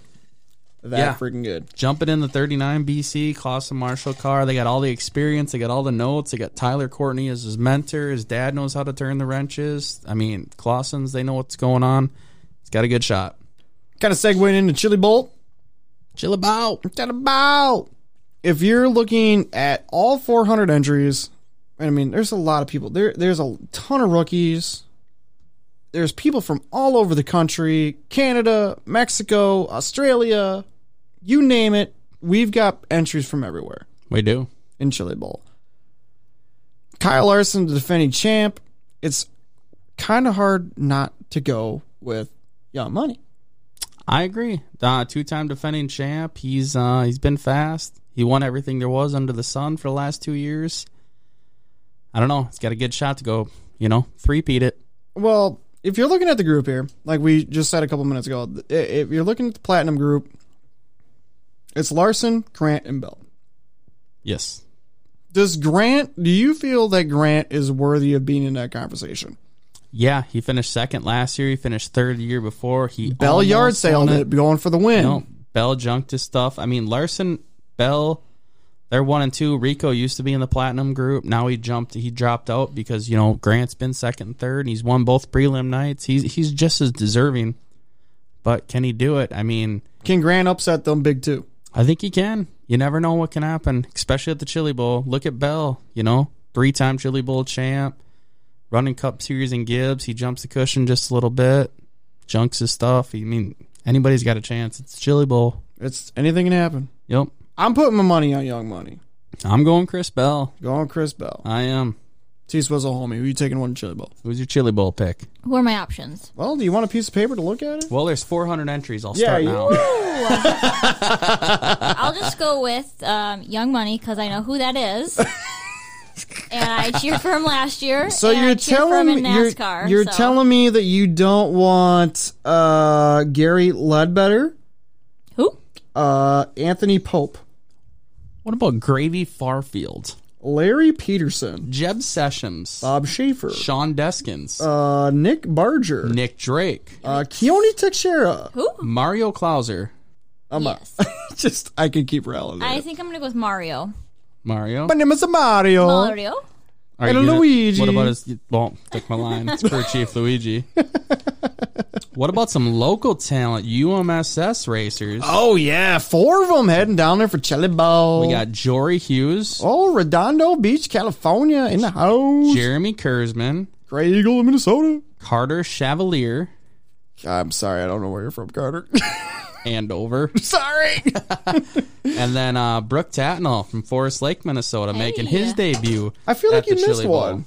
That Yeah. freaking good. jumping in the 39 BC Clausen Marshall car. They got all the experience. They got all the notes. They got Tyler Courtney as his mentor. His dad knows how to turn the wrenches. I mean, Clausen's, they know what's going on. He's got a good shot. Kind of segueing into Chili Bolt. Chill about. that about? If you're looking at all 400 entries, and I mean, there's a lot of people. There, there's a ton of rookies. There's people from all over the country: Canada, Mexico, Australia, you name it. We've got entries from everywhere We do. in Chili Bowl. Kyle Larson, the defending champ. It's kind of hard not to go with Young Money. I agree. Uh, two-time defending champ. He's uh, he's been fast. He won everything there was under the sun for the last two years. I don't know. He's got a good shot to go. You know, three-peat it. Well, if you're looking at the group here, like we just said a couple minutes ago, i- if you're looking at the platinum group, it's Larson, Grant, and Bell. Yes. Does Grant? Do you feel that Grant is worthy of being in that conversation? Yeah, he finished second last year. He finished third the year before. He Bell almost yard sailed won it, going for the win. No, Bell junked his stuff. I mean, Larson, Bell, they're one and two. Rico used to be in the platinum group. Now he jumped. He dropped out because you know Grant's been second, and third. And he's won both prelim nights. He's he's just as deserving. But can he do it? I mean, Can Grant upset them big two? I think he can. You never know what can happen, especially at the Chili Bowl. Look at Bell. You know, three-time Chili Bowl champ, running Cup Series in Gibbs. He jumps the cushion just a little bit, junks his stuff. I mean, anybody's got a chance. It's Chili Bowl. It's anything can happen. Yep. I'm putting my money on Young Money. I'm going Chris Bell. Go on, Chris Bell. I am. T Swizzle, homie. Who you taking one chili bowl? Who's your chili bowl pick? Who are my options? Well, do you want a piece of paper to look at it? Well, there's 400 entries. I'll Yeah, start you- now. I'll just go with um, Young Money because I know who that is, and I cheered for him last year. So and I you're cheer for him telling in me you're, NASCAR. you're so. telling me that you don't want uh, Gary Ledbetter, who? uh, Anthony Pope, What about Gravy Farfield, Larry Peterson, Jeb Sessions, Bob Schaefer, Sean Deskins, uh, Nick Barger, Nick Drake, uh, Keone Teixeira. Mario Clauser? I'm a- Yes, just I could keep rallying. I think I'm gonna go with Mario. Mario. my name is Mario. Mario. Are and you gonna- Luigi. What about his? Well, took my line. It's for Chief Luigi. what about some local talent? UMSS racers. Oh yeah, four of them heading down there for chili bowl. We got Jory Hughes, Oh, Redondo Beach, California, in the house. Jeremy Kurzman, Gray Eagle, Minnesota. Carter Chevalier, I'm sorry, I don't know where you're from, Carter. Andover. sorry. And then uh, Brooke Tatnall from Forest Lake, Minnesota, making his debut. I feel like at the you missed Chili Bowl. one.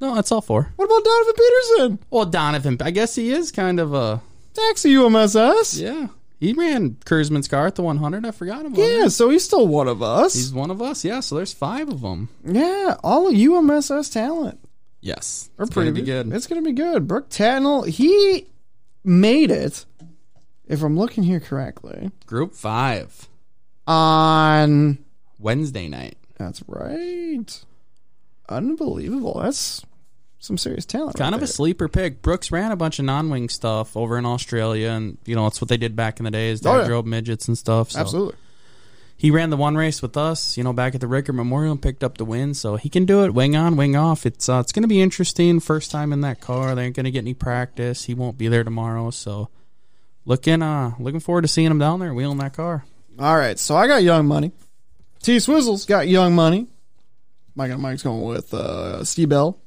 No, that's all four. What about Donovan Peterson? Well, Donovan, I guess he is kind of a Taxi UMSS. yeah. He ran Kurzman's car at the 100. I forgot about him. Yeah, so he's still one of us. he's one of us. Yeah, so there's five of them. yeah, all of UMSS talent. Yes, We're it's gonna pretty be good. It's gonna be good. Brooke Tatnell, he made it. If I'm looking here correctly, Group five, on Wednesday night. that's right. Unbelievable. That's some serious talent. Kind right of there. a sleeper pick. Brooks ran a bunch of non-wing stuff over in Australia, and you know that's what they did back in the days. They Oh, yeah. drove midgets and stuff. So. Absolutely. he ran the one race with us, you know, back at the Ricker Memorial and picked up the win. So he can do it, wing on, wing off. It's uh, it's going to be interesting. First time in that car, they ain't going to get any practice. He won't be there tomorrow, so looking uh looking forward to seeing him down there wheeling that car. All right, so I got Young Money. T Swizzle's got Young Money. Mike and Mike's going with uh, Steve Bell.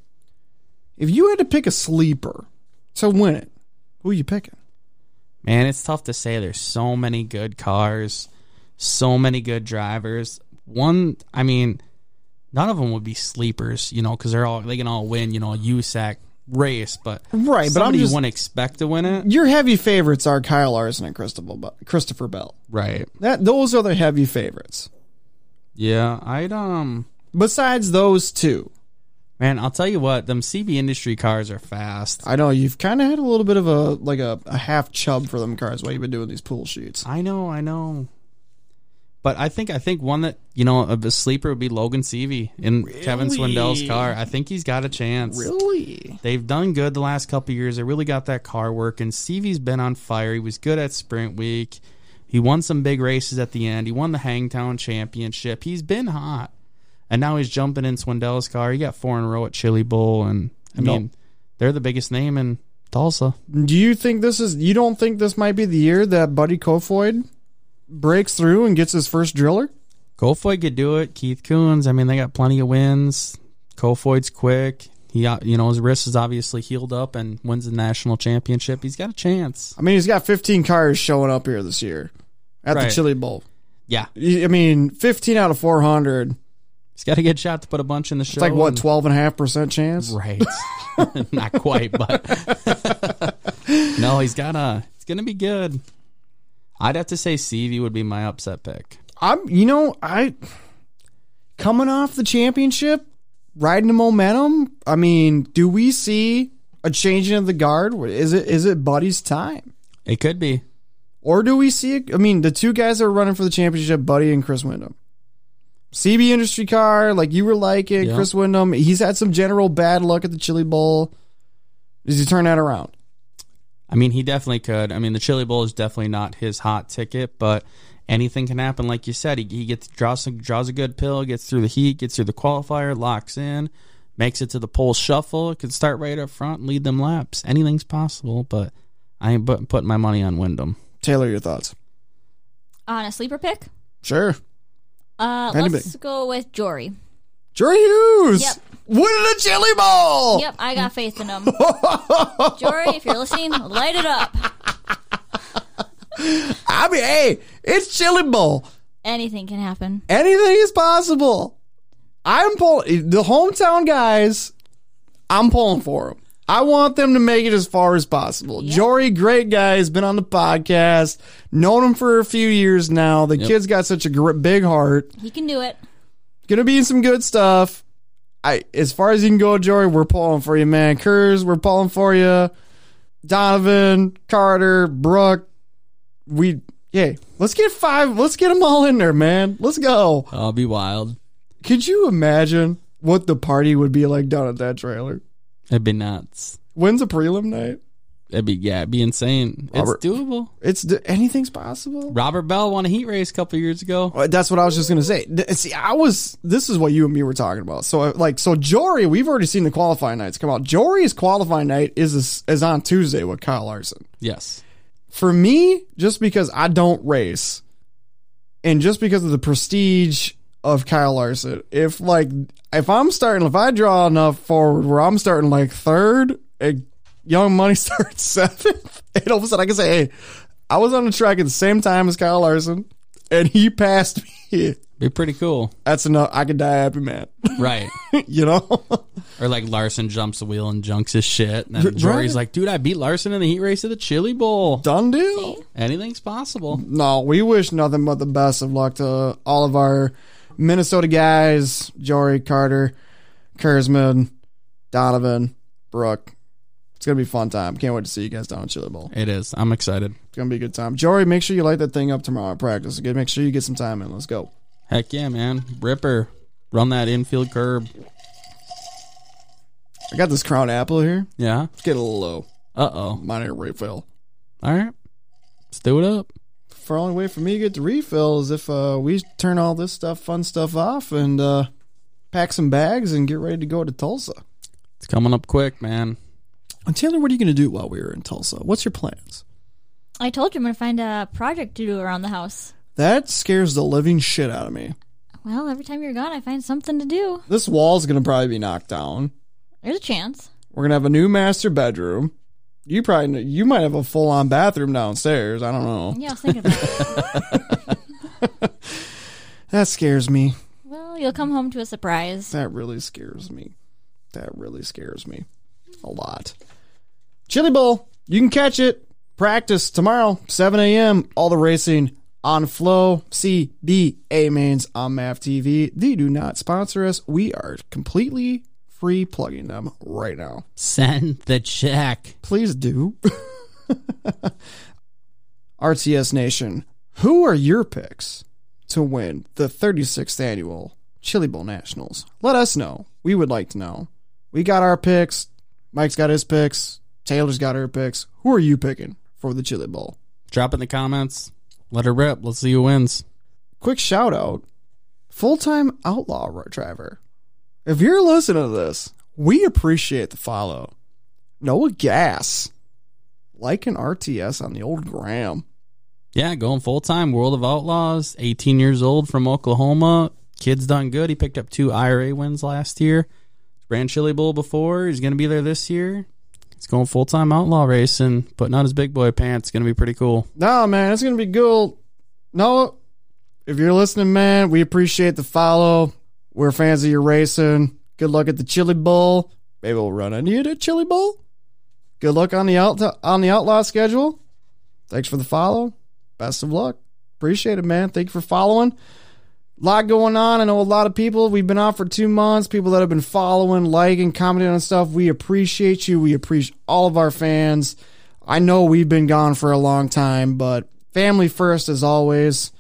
If you had to pick a sleeper to win it, who you picking? Man, it's tough to say. There's so many good cars, so many good drivers. One, I mean, none of them would be sleepers, you know, because they're all they can all win, you know, a USAC race, but Right, but I'm somebody just- you wouldn't expect to win it, Your heavy favorites are Kyle Larson and Christopher Bell. Christopher Bell. right? That those are the heavy favorites. Yeah, I'd um. Besides those two, Man, I'll tell you what, them CB industry cars are fast. I know you've kind of had a little bit of a like a, a half chub for them cars while you've been doing these pool sheets. I know, I know. But I think I think one that you know of a sleeper would be Logan Seavey in Kevin Swindell's car. I think he's got a chance. Really? They've done good the last couple of years. They really got that car working. Seavey's been on fire. He was good at Sprint Week. He won some big races at the end. He won the Hangtown Championship. He's been hot, and now he's jumping in Swindell's car. He got four in a row at Chili Bowl, and I mean, they're the biggest name in Tulsa. Do you think this is? You don't think this might be the year that Buddy Kofoid breaks through and gets his first driller? Kofoid could do it. Keith Coons. I mean, they got plenty of wins. Kofoid's quick. He, uh, you know, his wrist is obviously healed up and wins the national championship. He's got a chance. I mean, he's got 15 cars showing up here this year at the Right. Chili Bowl. Yeah, I mean, 15 out of 400. It's he's got a good shot to put a bunch in the show. like what and- 12 and a half percent chance. Right. Not quite, but no, he's got a It's gonna be good. I'd have to say CV would be my upset pick. I'm, you know, I coming off the championship, riding the momentum. I mean, do we see a changing of the guard? Is it is it Buddy's time, It could be. or do we see? I mean, the two guys that are running for the championship, Buddy and Chris Wyndham. CB Industry Car, like you were like it, Yeah. Chris Wyndham. He's had some general bad luck at the Chili Bowl. Does he turn that around? I mean, he definitely could. I mean, the Chili Bowl is definitely not his hot ticket, but anything can happen. Like you said, he, he gets draws some, draws a good pill, gets through the heat, gets through the qualifier, locks in, makes it to the pole shuffle. It could start right up front, lead them laps. Anything's possible, but I ain't put, putting my money on Wyndham. Taylor, your thoughts? On a sleeper pick? Sure. Uh, Anybody. let's go with Jory. Jerry Hughes Yep. winning the Chili Bowl. Yep, I got faith in him. Jory, if you're listening, light it up. I mean, hey, it's Chili Bowl. Anything can happen. Anything is possible. I'm pulling the hometown guys. I'm pulling for them. I want them to make it as far as possible. Jory, great guy, has been on the podcast, known him for a few years now. The kid's got such a gr- big heart. He can do it. Gonna be in some good stuff. I, as far as you can go, Jory, we're pulling for you, man. Kurz, we're pulling for you. Donovan, Carter, Brooke, we, hey, let's get five. Let's get them all in there, man. Let's go. I'll Oh, be wild. Could you imagine what the party would be like down at that trailer? It'd be nuts. When's a prelim night? It'd be yeah, it'd be insane. Robert- It's doable. It's d- anything's possible. Robert Bell won a heat race a couple years ago. Uh, That's what I was just gonna say. Th- See, I was. This is what you and me were talking about. So, uh, like, so Jory, we've already seen the qualifying nights come out. Jory's qualifying night is is, is on Tuesday with Kyle Larson. Yes. For me, just because I don't race, and just because of the prestige of Kyle Larson, if like if I'm starting, if I draw enough forward where I'm starting like third, and Young Money starts seventh, and all of a sudden I can say, "Hey, I was on the track at the same time as Kyle Larson, and he passed me." Be pretty cool. That's enough. I could die happy, man. Right. you know, Or like Larson jumps the wheel and junks his shit. And then Jory's like, dude, I beat Larson in the heat race of the Chili Bowl. done deal. Anything's possible. No, we wish nothing but the best of luck to all of our Minnesota guys, Jory, Carter, Kurzman, Donovan, Brooke. It's gonna be a fun time. Can't wait to see you guys down at Chili Bowl. It is. I'm excited. It's gonna be a good time. Jory, make sure you light that thing up tomorrow at practice. Okay, make sure you get some time in. Let's go. Heck yeah, man. Ripper. Run that infield curb. I got this crown apple here. Yeah. Let's get a little low. Uh oh. Mine ain't refill. All right. Let's do it up. For only way for me to get the refill is if uh, we turn all this stuff, fun stuff off, and uh, pack some bags and get ready to go to Tulsa. It's coming up quick, man. And Taylor, what are you going to do while we were in Tulsa? What's your plans? I told you I'm going to find a project to do around the house. That scares the living shit out of me. Well, every time you're gone, I find something to do. This wall's going to probably be knocked down. There's a chance. We're going to have a new master bedroom. You probably kn- you might have a full on bathroom downstairs. I don't know. Yeah, I was thinking that. That scares me. well, you'll come home to a surprise. That really scares me. That really scares me a lot. Chili Bowl, you can catch it. Practice tomorrow, 7 a.m. All the racing on Flow CBA mains on MAF TV. They do not sponsor us. We are completely free plugging them right now. Send the check. Please do. RTS Nation, who are your picks to win the 36th annual Chili Bowl Nationals? Let us know. We would like to know. We got our picks. Mike's got his picks. Taylor's got her picks. Who are you picking for the Chili Bowl? Drop it in the comments. Let her rip. Let's see who wins. Quick shout out full time outlaw driver. If you're listening to this, we appreciate the follow. Noah Gas. Like an RTS on the old gram. Yeah, going full time. World of Outlaws, 18 years old from Oklahoma. Kid's done good. He picked up two IRA wins last year. Ran Chili Bowl before. He's going to be there this year. He's going full time outlaw racing, putting on his big boy pants. Going to be pretty cool. No, man, it's gonna be cool. No, if you're listening, man, we appreciate the follow. We're fans of your racing. Good luck at the Chili Bowl. Maybe we'll run into you at Chili Bowl. Good luck on the out on the outlaw schedule. Thanks for the follow. Best of luck. Appreciate it, man. Thank you for following. lot going on. I know a lot of people. We've been off for two months. People that have been following, liking, commenting on stuff. We appreciate you. We appreciate all of our fans. I know we've been gone for a long time, but family first, as always.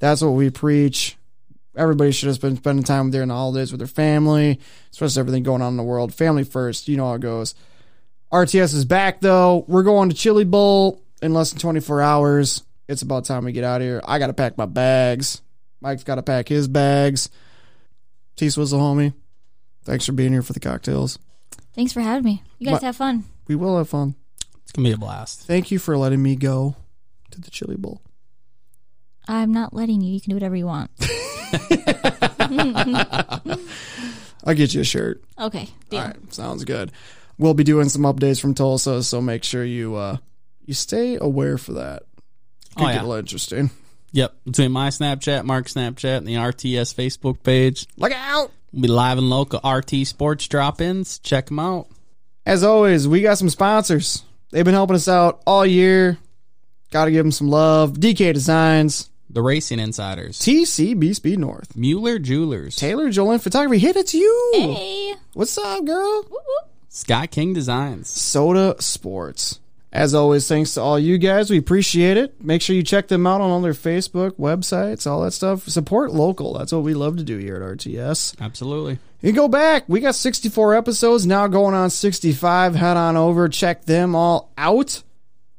That's what we preach. Everybody should have been spending time during the holidays with their family, especially everything going on in the world. Family first, you know how it goes. RTS is back though. We're going to Chili Bowl in less than 24 hours. It's about time we get out of here. I gotta pack my bags. Mike's gotta pack his bags. T Swizzle homie. Thanks for being here for the cocktails. Thanks for having me. You guys What? have fun. We will have fun. It's gonna be a blast. Thank you for letting me go to the Chili Bowl. I'm not letting you. You can do whatever you want. I'll get you a shirt. Okay. Deal. All right, sounds good. We'll be doing some updates from Tulsa, so make sure you uh you stay aware for that. Could Oh, get yeah. a little interesting. Yep, between my Snapchat, Mark's Snapchat, and the RTS Facebook page, Look out! we'll be live and local RT Sports drop-ins. Check them out. As always, we got some sponsors. They've been helping us out all year. Got to give them some love. DK Designs, The Racing Insiders, TCB Speed North, Mueller Jewelers, Taylor Jolin Photography. Hit it's you. Hey. uh, What's up, girl? Scott King Designs, Soda Sports. As always, thanks to all you guys. We appreciate it. Make sure you check them out on all their Facebook, websites, all that stuff. Support local. That's what we love to do here at RTS. absolutely. You go back. We got 64 episodes now going on 65. Head on over, check them all out.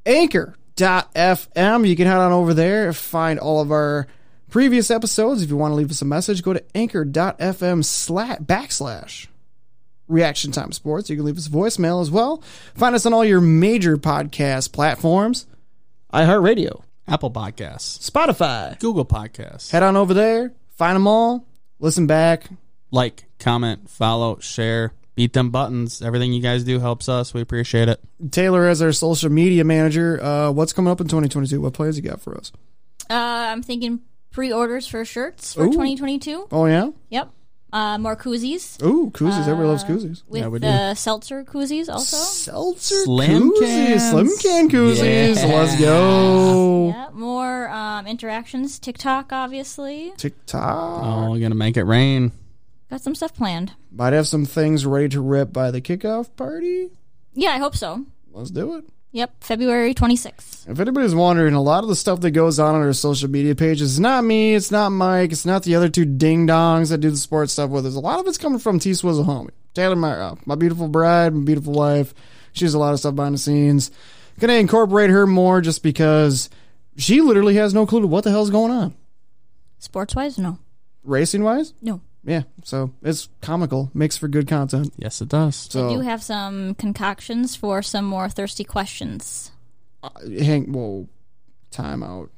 Anchor.fm. You can head on over there, find all of our previous episodes. If you want to leave us a message, go to anchor.fm slash backslash reaction time sports. You can leave us a voicemail as well. Find us on all your major podcast platforms iHeartRadio, Apple Podcasts, Spotify. Google Podcasts. Head on over there, find them all, listen back. Like, comment, follow, share, beat them buttons. Everything you guys do helps us. We appreciate it. Taylor as our social media manager. Uh, what's coming up in 2022? What plans you got for us? Uh, I'm thinking pre-orders for shirts for Ooh. 2022. Oh yeah, Uh, Yep. Uh, more koozies ooh koozies. Everybody loves koozies. with we do. the seltzer koozies also. Seltzer Slim koozies, cans. slim can koozies. Yeah. Let's go. Yeah. More um, interactions. TikTok, obviously. TikTok Oh, we're gonna make it rain. Got some stuff planned. might have some things ready to rip by the kickoff party. Yeah, I hope so. Let's do it. Yep. February 26th. If anybody's wondering, a lot of the stuff that goes on on our social media pages is not me, it's not Mike, it's not the other two ding dongs that do the sports stuff with us. A lot of it's coming from T Swizzle Homie, Taylor Meyer, my beautiful bride, my beautiful wife. She does a lot of stuff behind the scenes. Gonna incorporate her more just because she literally has no clue what the hell's going on. Sports wise, no. Racing wise? No. Yeah. So it's comical. Makes for good content. Yes, it does. I do So have some concoctions for some more thirsty questions. hang whoa. Time out.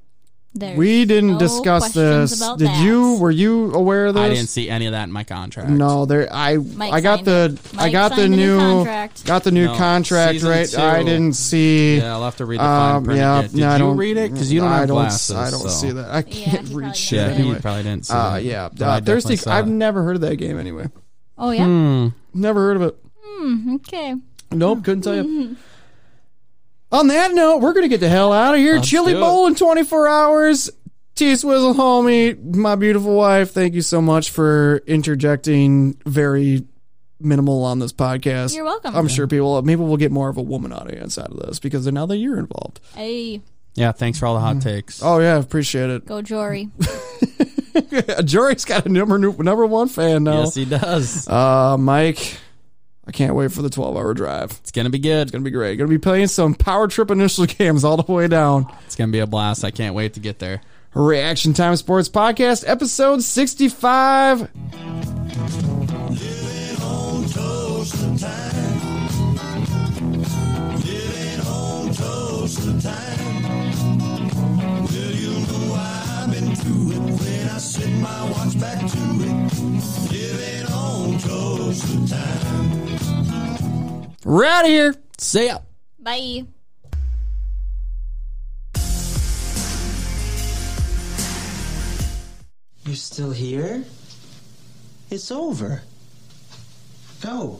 There's We didn't no discuss questions this. about Did that. you were you aware of this? I didn't see any of that in my contract. No, there. I Mike I got signed the it. I Mike got the signed the new new contract. got the new No, contract season right. two. I didn't see. Yeah, I'll have to read the fine um, print yeah, again. Did no, I you don't read it? Because you don't I have don't, glasses. I don't so- see that. I he can't probably read shit Yeah, didn't you anyway. probably didn't see Uh, that. yeah, But I uh, definitely Thursday. saw I've it. never heard of that game anyway. Oh yeah. Hmm. Never heard of it. Okay. Nope, couldn't tell you. On that note, we're gonna get the hell out of here. Chili do it. bowl in 24 hours. T Swizzle, homie, my beautiful wife. Thank you so much for interjecting. Very minimal on this podcast. You're welcome. I'm sure people maybe we'll get more of a woman audience out of this because now that you're involved. Hey, yeah. Thanks for all the hot takes. Oh yeah, appreciate it. go Jory. Jory's got a number number one fan now. Yes, he does. Uh, Mike, I can't wait for the 12 hour drive. It's it's gonna be good. gonna be great. Gonna be playing some power trip initial games all the way down. It's gonna be a blast. I can't wait to get there. Reaction Time Sports Podcast, episode 65. Living on Tulsa time. Living on Tulsa time. Well, you know I've been through it when I set my watch back to it. Living on Tulsa time. We're out of here. See ya. Bye. You're still here? It's over. Go.